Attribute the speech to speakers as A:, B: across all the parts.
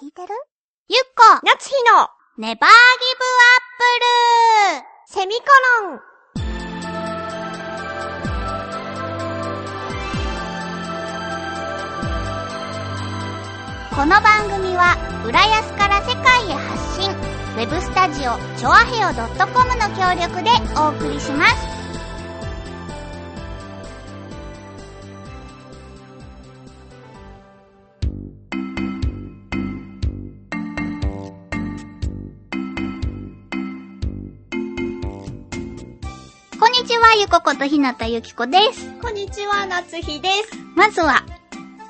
A: 聞いてるゆっこ
B: 夏日の
A: ネバーギブアップル
B: セミコロン
A: この番組は浦安から世界へ発信ウェブスタジオチョアヘオ .com の協力でお送りしますこんにちはゆこことひなたゆきこです
B: こんにちは、夏日です。
A: まずは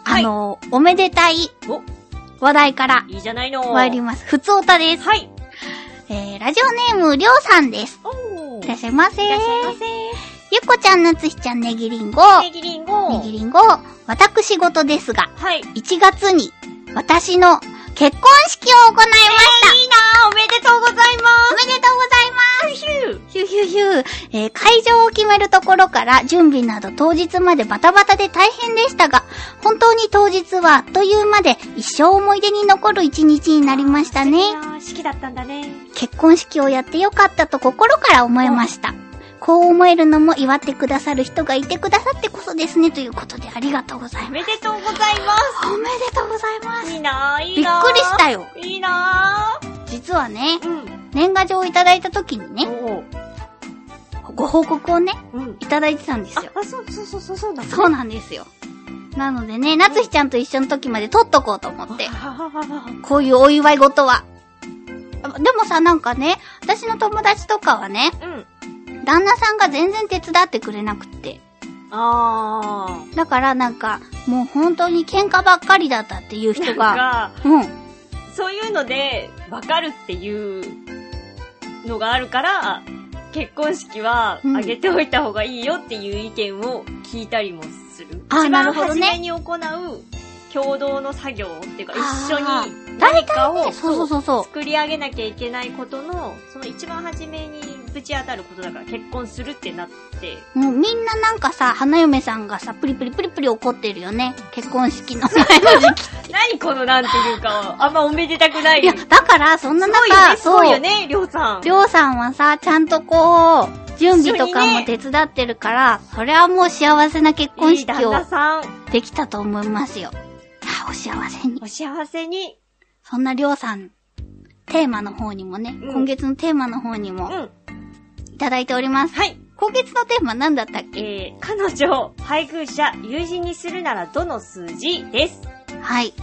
A: あ
B: はい
A: の、おめでたい
B: お
A: 話題から
B: いいじゃないの。
A: 参ります。ふつおたです。
B: はい。
A: えー、ラジオネーム、りょうさんです。
B: おー。
A: いらっしゃいませ。
B: いらっしゃいま
A: ゆ
B: せ。
A: っこちゃん、なつひちゃん、ねぎりんご。
B: ネ
A: ね
B: ギリンゴ。
A: ぎりんご。私事ですが、
B: はい。いいな
A: 1月に私の結婚式を行いました。
B: ーおめでとうございま
A: おめでとうございます。
B: す。ヒュー。
A: ヒューヒューヒュー。えー会場を決めるところから準備など当日までバタバタで大変でしたが、本当に当日はあっという間で一生思い出に残る一日になりましたね。
B: 式だったんだね。
A: 結婚式をやってよかったと心から思いました。こう思えるのも祝ってくださる人がいてくださってこそですねということでありがとうござい
B: お
A: ます。
B: めでとうございま。
A: おめでとうございますす。
B: いいなー、い
A: び
B: い
A: っ
B: なー。
A: くりしたよ。
B: た。いいな
A: 実はね、
B: ー。うん。
A: 年賀状をいただいた時にね、
B: おー。
A: ご報告をね、
B: うん。
A: いただいてたんです
B: あ
A: よ。、
B: あそうそうそうそうそうなんだ。
A: そうなんですよ。なのでね、なつひちゃんと一緒の時まで撮っとこうと思って、
B: は
A: こういうお祝い事は。あでもさ、なんかね、私の友達とかはね、
B: うん。
A: 旦那さんが全然手伝ってくれなくって。
B: あ
A: だからなんか、もう本当に喧嘩ばっかりだったっていう
B: ー。
A: 人
B: なん
A: が、
B: か、
A: うん。
B: そういうので、わかるっていうのがあるから、結婚式は
A: うん
B: あげておいた方がいいよっていう意見を聞いたりもする。
A: あ
B: 一
A: な
B: 番
A: るほど
B: 初
A: ね
B: めに行う共同の作業っていうか、
A: あー
B: 一緒に何かを
A: そうそう
B: そう
A: そうそ
B: 作り上げなきゃいけないことの、その一番初めにぶち当たることだから結婚するってなって、
A: う。もうみんななんかさ、花嫁さんがさ、プリプリプリプリ怒ってるよね。結婚式の前の時期。
B: 何このなんていうか、あんまおめでたくない。
A: いや、だから、そんな
B: すごいよ
A: 中、
B: ね、すごいよね、りょうさん。
A: りょうさんはさ、ちゃんとこう、準備とかも手伝ってるから、それはもう幸せな結婚
B: いい
A: 式
B: 旦
A: を
B: 那さん、
A: できたと思いますよ。あ、お幸せに。
B: お幸せに。
A: そんなりょうさん、テーマの方にもね、
B: うん
A: 今月のテーマの方に
B: う
A: も
B: ん。
A: いただいております。
B: はい。
A: 今月のテーマ何だったっけ
B: えー、彼女を配偶者、友人にするならどの数字です。
A: はい。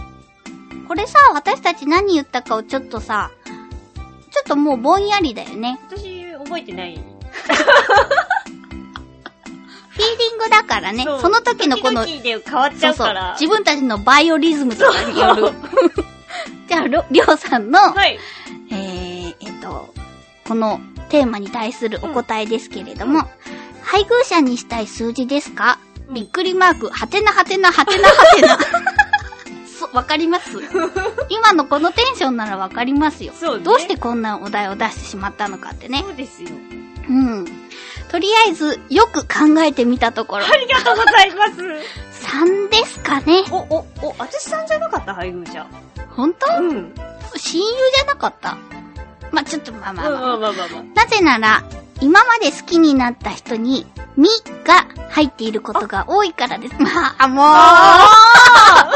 A: これさ、私たち何言ったかをちょっとさ、ちょっともうぼんやりだよね。
B: 私、覚えてない。
A: フィーリングだからね、
B: そ
A: そうの時のこの、
B: 時々で変わっちゃうから。
A: 自分たちのバイオリズムとかによる。 じゃあ、りょりょうさんの、
B: はい。
A: えー、えっと、このテーマに対するお答えですけれども、
B: うん
A: 配偶者にしたい数字ですか、
B: うん
A: びっくりマーク、はてなはてなはてなはてな。 そわかります今のこのテンションならわかりますよ。
B: そうね
A: どうしてこんなお題を出してしまったのかってね。
B: そうですよ。
A: うん。とりあえず、よく考えてみたところ、
B: ありがとうございます。
A: 3ですかね。
B: お、お、お、私さんじゃなかった配偶者。
A: 本当
B: うん。
A: 親友じゃなかったまあ、ちょっとまあまあまあ、
B: まあまあまあまあ。
A: なぜなら、今まで好きになった人に、みが入っていることが多いからです。まあ、も
B: あ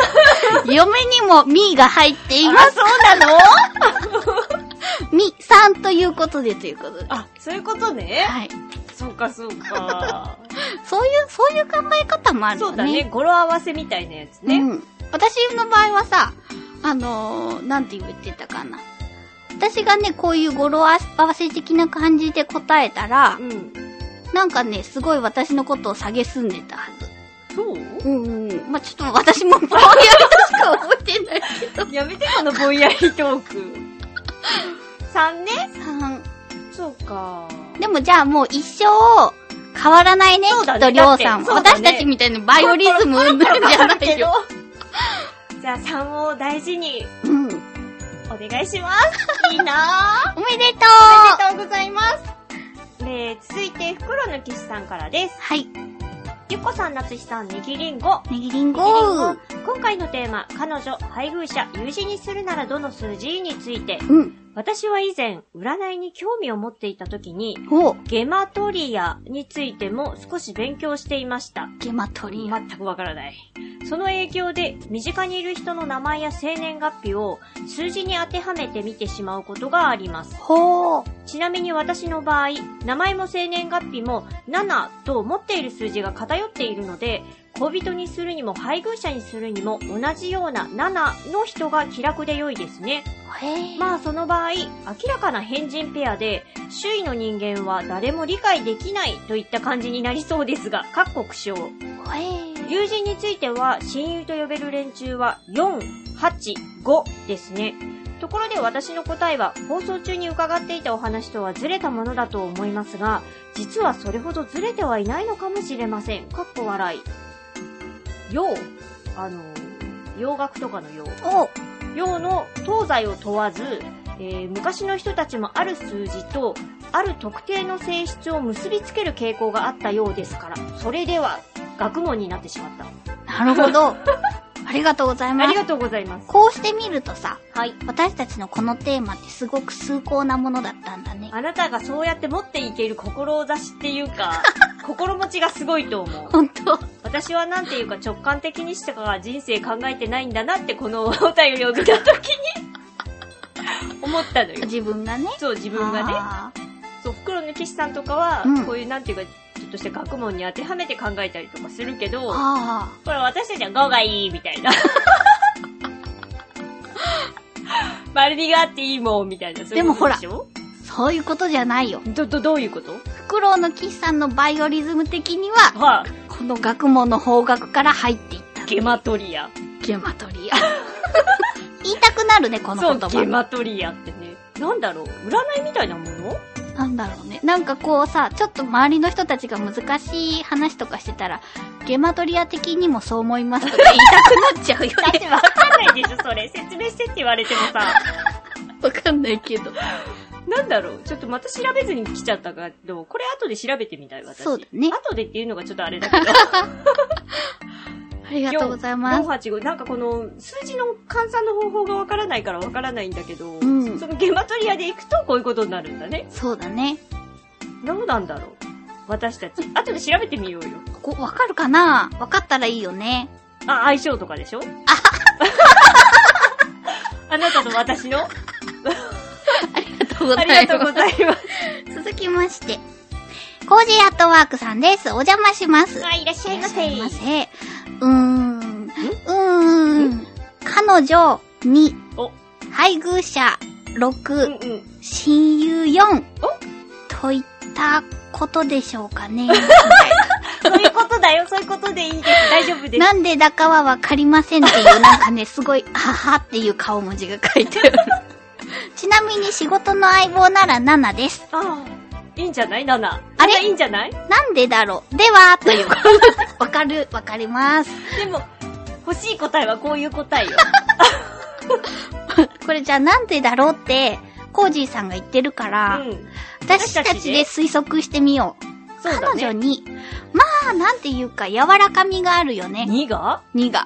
A: う、 嫁にもみが入ってい
B: ー
A: ま
B: あ、そう なの
A: す。みさんということでということで。
B: あ、そういうことね。
A: はい。
B: そうか、そうか。
A: そういう、そういう考え方もある
B: そ
A: よね。
B: うだね。語呂合わせみたいなやつね。
A: うん。私の場合はさ、あのー、なんて言ってたかな。私がね、こういう語呂合わせ的な感じで答えたら
B: う、ん。
A: なんかね、すごい私のことを下げすんでたはず。
B: そう
A: うんうん。まあ、ちょっと私もぼんやりとしか覚えて ないけど。
B: やめて、このぼんやりトーク。3ね。
A: 3。
B: そうか。
A: でもじゃあもう一生変わらないね、
B: そう
A: き
B: だ
A: っ
B: ね
A: とりょうさんは。
B: だってそ
A: 私
B: うだね
A: たちみたいなバイオリズムなんじゃないよ。
B: じゃあ3を大事に
A: うん。おめで
B: お願いします。いいなぁ。
A: とう
B: おめでとうございます。えー、続いて、袋抜きしさんからです。
A: はい。
B: ゆっこさん、なつしさん、ねぎりんご。
A: ネギリン
B: ねぎりん
A: ゴー
B: ご今回のテーマ、彼女、配偶者、友人にするならどの数字について、
A: うん。
B: 私は以前、占いに興味を持っていた時に、
A: ほう。
B: ゲマトリアについても少し勉強していました。
A: ゲマトリア。
B: 全くわからない。その影響で、身近にいる人の名前や生年月日を数字に当てはめて見てしまうことがあります。
A: ほう。
B: ちなみに私の場合、名前も生年月日も7と持っている数字が偏っているので、恋人にするにも配偶者にするにも同じような7の人が気楽で良いですね。
A: へえ。
B: まあその場合、明らかな変人ペアで、周囲の人間は誰も理解できないといった感じになりそうですが、各国賞。
A: へえ。
B: 友人については、親友と呼べる連中は4、8、5ですね。ところで私の答えは、放送中に伺っていたお話とはずれたものだと思いますが、実はそれほどずれてはいないのかもしれません。かっこ笑い。洋、あの、洋楽とかの洋。
A: お
B: 洋の東西を問わず、えー昔の人たちもある数字とある特定の性質を結びつける傾向があったようですからそれでは学問になってしまった
A: なるほ ど。ありがとうござい
B: あ
A: ま
B: り
A: す。
B: がとうございます
A: こうしてみるとさ、
B: はい
A: 私たちのこのテーマってすごく崇高なものだったんだね。
B: あなたがそうやって持っていける志っていう か心持ちがすごいと思う
A: 本当
B: 私はなんていうか直感的にしか人生考えてないんだなってこのお便りを見た時に 思ったのよ
A: 自分がね。
B: そう自分がね
A: あー
B: そう、袋抜き師さんとかは、
A: うん
B: こういうなんていうか、ちょっとした学問に当てはめて考えたりとかするけど、
A: あ
B: これ私たちは5がいいみ たいな。丸みがあっていいもんみたいな。そういうことしょ
A: ーそういうことじゃないよ。
B: ど、ど、どういうこと
A: フクロウの岸さんのバイオリズム的には、
B: はあ、
A: この学問の方角から入っていった。
B: ゲマトリア。
A: ゲマト リア。言いたくなるね、この
B: そう
A: 言、葉。
B: ゲマトリアってね。なんだろう占いみたいなも の
A: なんだろうね。なんかこうさ、ちょっと周りの人たちが難しい話とかしてたら、ゲマトリア的にもそう思いますとか言いたくなっち ゃうよ
B: だっ
A: ね。
B: てわかんないでしょ、それ。説明してって言われてもさ。
A: わかんないけど。
B: なんだろうちょっとまた調べずに来ちゃったけど、これ後で調べてみたい、私。
A: そうだね
B: 後でっていうのがちょ っとあれだけど。
A: ありがとうございます。
B: 485なんかこの数字の換算の方法がわからないからわからないんだけど、
A: ん
B: そのゲマトリアでいくとこういうことになるんだね。
A: そうだね。
B: どうなんだろう私たち。後で調べてみようよ。
A: こわかるかなわかったらいいよね。
B: あ、相性とかでしょあなたと私の
A: ありがとうござ
B: あ
A: い
B: り
A: ます。
B: がとうございます。
A: 続きまして、コージーアットワークさんです。お邪魔します。
B: あ、いらっしゃいませ。
A: せ。うーん。うーん。彼女2、
B: お、
A: 配偶者
B: うん
A: 6、
B: うん。
A: 親友4
B: お、
A: といったことでしょうか ね。
B: そういうことだよ。そういうことでいいです。大丈夫です。
A: なんでだかはわかりませんっていう、なんかね、 すごい、ははっていう顔文字が書いて ある。ちなみに仕事の相棒なら7です。
B: ああ、いいんじゃない ?7。
A: あれ
B: いいんじゃない
A: なんでだろうでは、という こと。わかる、わかります。
B: でも、欲しい答えはこういう答えよ。
A: これじゃあなんでだろうって、コージーさんが言ってるから、
B: うん。
A: 私たちで推測してみよう。
B: そうだ
A: 彼女
B: ね。
A: に、まあ、なんていうか、柔らかみがあるよね。
B: 2が
A: 2が。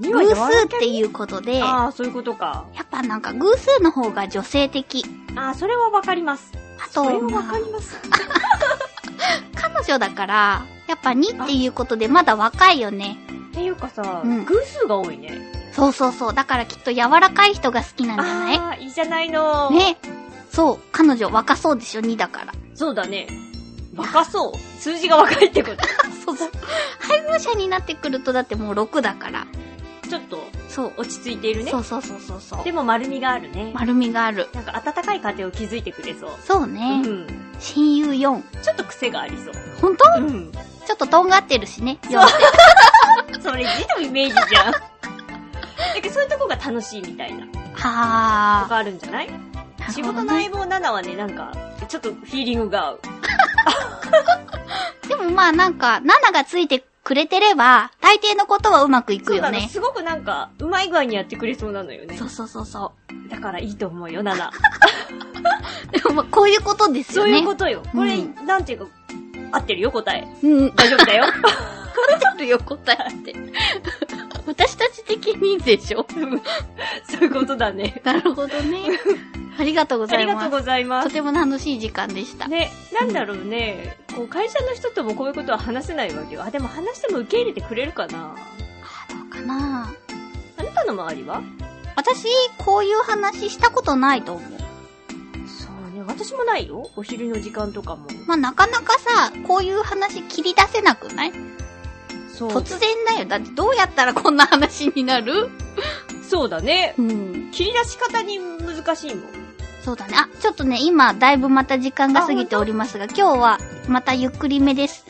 B: 2が
A: 偶
B: 柔ら
A: 数っていうことで、や
B: ああ、そういうことか。
A: っぱなんか偶数の方が女性的。
B: ああ、それはわかります。
A: あ
B: それ
A: と、
B: はわ
A: ま
B: か
A: あ
B: ります。
A: 彼女だから、やっぱ2っていうことでまだ若いよね。
B: っていうかさ、
A: うん
B: 偶数が多いね。
A: そうそうそう。だからきっと柔らかい人が好きなんじゃない
B: ああ、いいじゃないの。。
A: ね。そう。彼女若そうでしょ、2だから。
B: そうだね。若そう。数字が若いってこ
A: そうそう。配偶者になってくるとだってもう6だから。
B: と。ちょっと、
A: そう。
B: 落ち着いているね
A: そ。うそうそうそうそう
B: で。も丸みがあるね。
A: 丸みがある。
B: なんか温かい家庭を築いてくれそう。
A: そう
B: う
A: ね。
B: ん。
A: 親友4。
B: ちょっと癖がありそう。
A: ほんと
B: うん。
A: ちょっととんがってるしね。
B: そう。それ字のイメージじゃん。だけどそういうとこが楽しいみたいな。と
A: は
B: かあるんじゃない
A: ー。な
B: 仕
A: るほ
B: 事
A: ど
B: の相
A: ね。
B: 棒7はね、なんか、ちょっとフィーリングが合う。
A: でもまあなんか、7がついてくれてれば、大抵のことはうまくいく
B: そう
A: よ
B: なの、
A: ね。
B: すごくなんか、うまい具合にやってくれそうなのよね
A: そ。うそうそうそ
B: だからいいと思うよ、7。
A: う。でもまあこういうことです
B: そ
A: よ
B: う
A: ね。
B: いうことよ。これ、
A: うん
B: なんていうか、合ってるよ、答え。
A: うん、
B: 大丈夫だよ。
A: 合ってるよ、答えって。私たち的にで しょ
B: そういうことだね。
A: なるほどね。ありがとうご
B: あ
A: ざい
B: り
A: ます。
B: がとうございます
A: と。ても楽しい時間でした。
B: ね、なんだろうね、こう会社の人ともこういうことは話せないわけよ。あ、でも話しても受け入れてくれるかな
A: どうかな
B: あなたの周りは
A: 私、こういう話したことないと思う。
B: そうね、私もないよ。お昼の時間とかも。
A: まあ、なかなかさ、こういう話切り出せなくない
B: そう。
A: 突然だよ。だってどうやったらこんな話になる
B: そうだね。
A: うん。
B: 切り出し方に難しいもん。
A: そうだね。あ、ちょっとね、今、だいぶまた時間が過ぎておりますが、今日はまたゆっくりめです。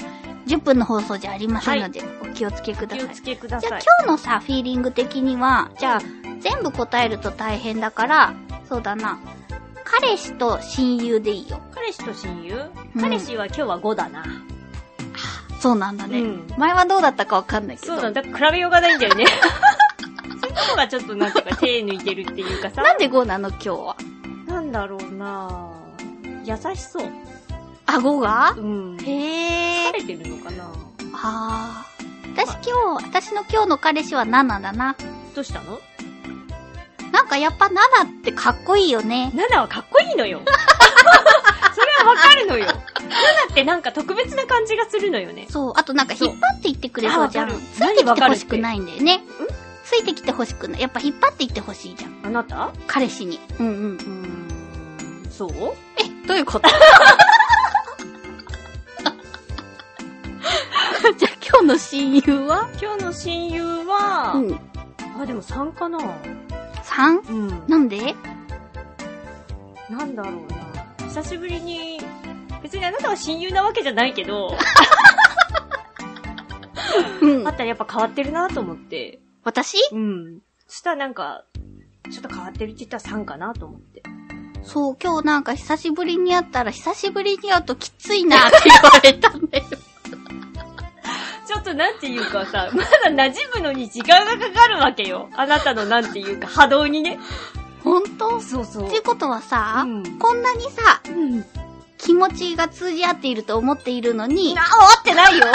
A: 10分の放送じゃありませんので、お気をつけくだ
B: 気
A: さ
B: を
A: い。
B: つけくだ
A: じゃ
B: さ
A: あ
B: い。
A: 今日のさ、フィーリング的には、じゃあ全部答えると大変だから、そうだな。彼氏と親友でいいよ。
B: 彼氏と親友、
A: うん
B: 彼氏は今日は5だな。
A: そうなんだね。
B: うん
A: 前はどうだったかわかんないけど。
B: そうなんだ。比べようがないんだよね。 そういうとこがちょっとなんていうか手抜いてるっていうかさ。
A: なんで5なの今日は。
B: なんだろうな優しそう。
A: 顎が
B: うん。疲
A: へー。
B: れてるのかな
A: あー。私今日、私の今日の彼氏は7だな。
B: どうしたの
A: なんかやっぱ7ってかっこいいよね。
B: ナナはかっこいいの よ。それはわかるのよ。ナナってなんか特別な感じがするのよね。
A: そう。あとなんか引っ張っていってくれそうじゃん。
B: そうあわかる
A: ついてきてほしくないんだよね。ついてきてほしくない。やっぱ引っ張っていってほしいじゃん。
B: あなた
A: 彼氏に。うんうん。
B: うーん、そう
A: え、どういう ことじゃあ今日の親友は
B: 今日の親友は、
A: うん。
B: あ、でも3かな
A: 3?
B: うん。
A: なんで
B: なんだろうな。久しぶりに、別にあなたは親友なわけじゃないけど、
A: うん
B: あ。ったらやっぱ変わってるなと思って。
A: 私
B: うん。そしたらなんか、ちょっと変わってるって言ったら3かなと思って。
A: そう、今日なんか久しぶりに会ったら、久しぶりに会うときついな って言われたんだよ。
B: ちょっとなんていうかさ、 まだ馴染むのに時間がかかるわけよ。あなたのなんていうか波動にね。
A: 本当っ
B: そうそう
A: ていうことはさ、
B: うん
A: こんなにさ、
B: うん。
A: 気持ちが通じ合っていると思っているのに、
B: な、終わってないよ。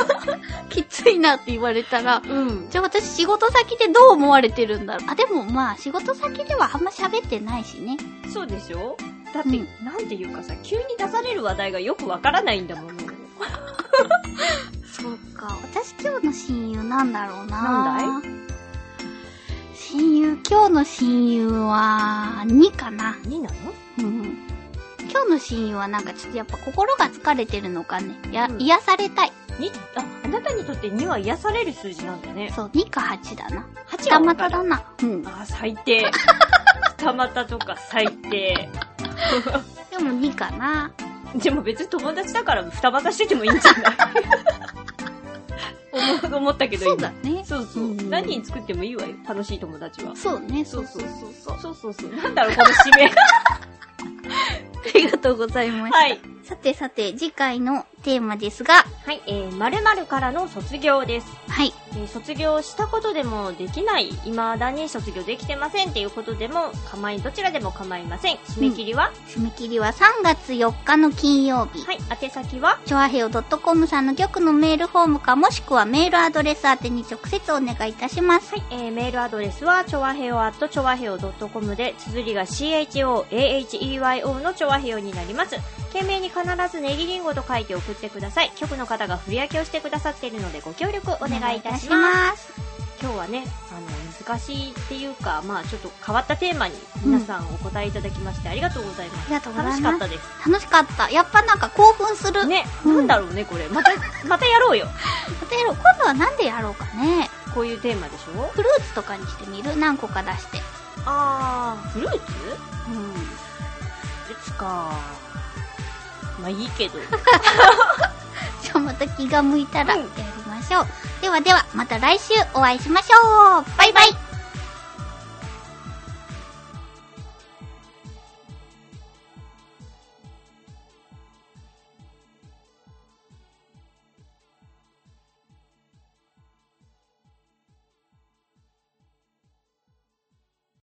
A: きついなって言われたら、
B: うん。
A: じゃあ私仕事先でどう思われてるんだろう。あ、でもまあ仕事先ではあんま喋ってないしね。
B: そうでしょだって、
A: うん
B: なんていうかさ、急に出される話題がよくわからないんだもの。
A: そうか。私今日の親友なんだろうな。
B: なん
A: だい親友、今日の親友は、2かな。
B: 何なの
A: うん今日の親友はなんかちょっとやっぱ心が疲れてるのかね。や、
B: うん
A: 癒されたい。
B: にあ、あなたにとって2は癒される数字なんだね。
A: そう、2か8だな。
B: 8
A: 二
B: はわ
A: 股
B: かる
A: だな。うん。で
B: あー、最 低。二股とか最低。
A: も2かな。
B: でも別に友達だから二股しててもいいんじゃ ない思う思ったけど
A: そ
B: 今
A: うだね。
B: そうそう。
A: うん
B: 何人作ってもいいわよ。楽しい友達は。
A: そうね、そ
B: そうう
A: そ
B: そうう
A: そうそう。
B: そうそうそう。なんだろう、この締 め。
A: ありがとうございました。
B: はい。
A: さてさて、次回のテーマですが、
B: はい、えー、〇〇からの卒業です。
A: はい。
B: えー卒業したことでもできない、未だに卒業できてませんっていうことでも構い、どちらでも構いません。締め切りは、
A: 締め切りは3月4日の金曜日。
B: はい、宛先は
A: チョアヘオ .com さんの局のメールフォームかもしくはメールアドレス宛てに直接お願いいたします。
B: はい、えー、メールアドレスは、ちょわへお at ちょわへお .com で、綴りが CHOAHEYO のちょわへおになります。懸命に必ずネギリンゴと書いて送ってください。局の方が振り分けをしてくださっているので、ご協力お願いいたします。
A: す。
B: 今日はね、あの、難しいっていうか、まあちょっと変わったテーマに皆さんお答えいただきまして、ありがとうございます。
A: ありがとうございます
B: 楽しかったです。
A: 楽しかった。やっぱなんか興奮する。
B: ね、
A: うん
B: なんだろうね、これ。また、またやろうよ。
A: 例えば今度はなんでやろうかね。
B: こういうテーマでしょ
A: フルーツとかにしてみる何個か出して。
B: あー、フルーツ
A: うん。
B: フルーツか。まあいいけど。
A: じゃあまた気が向いたら
B: う
A: や
B: ん
A: りましょう。ではでは、また来週お会いしましょうバイバイ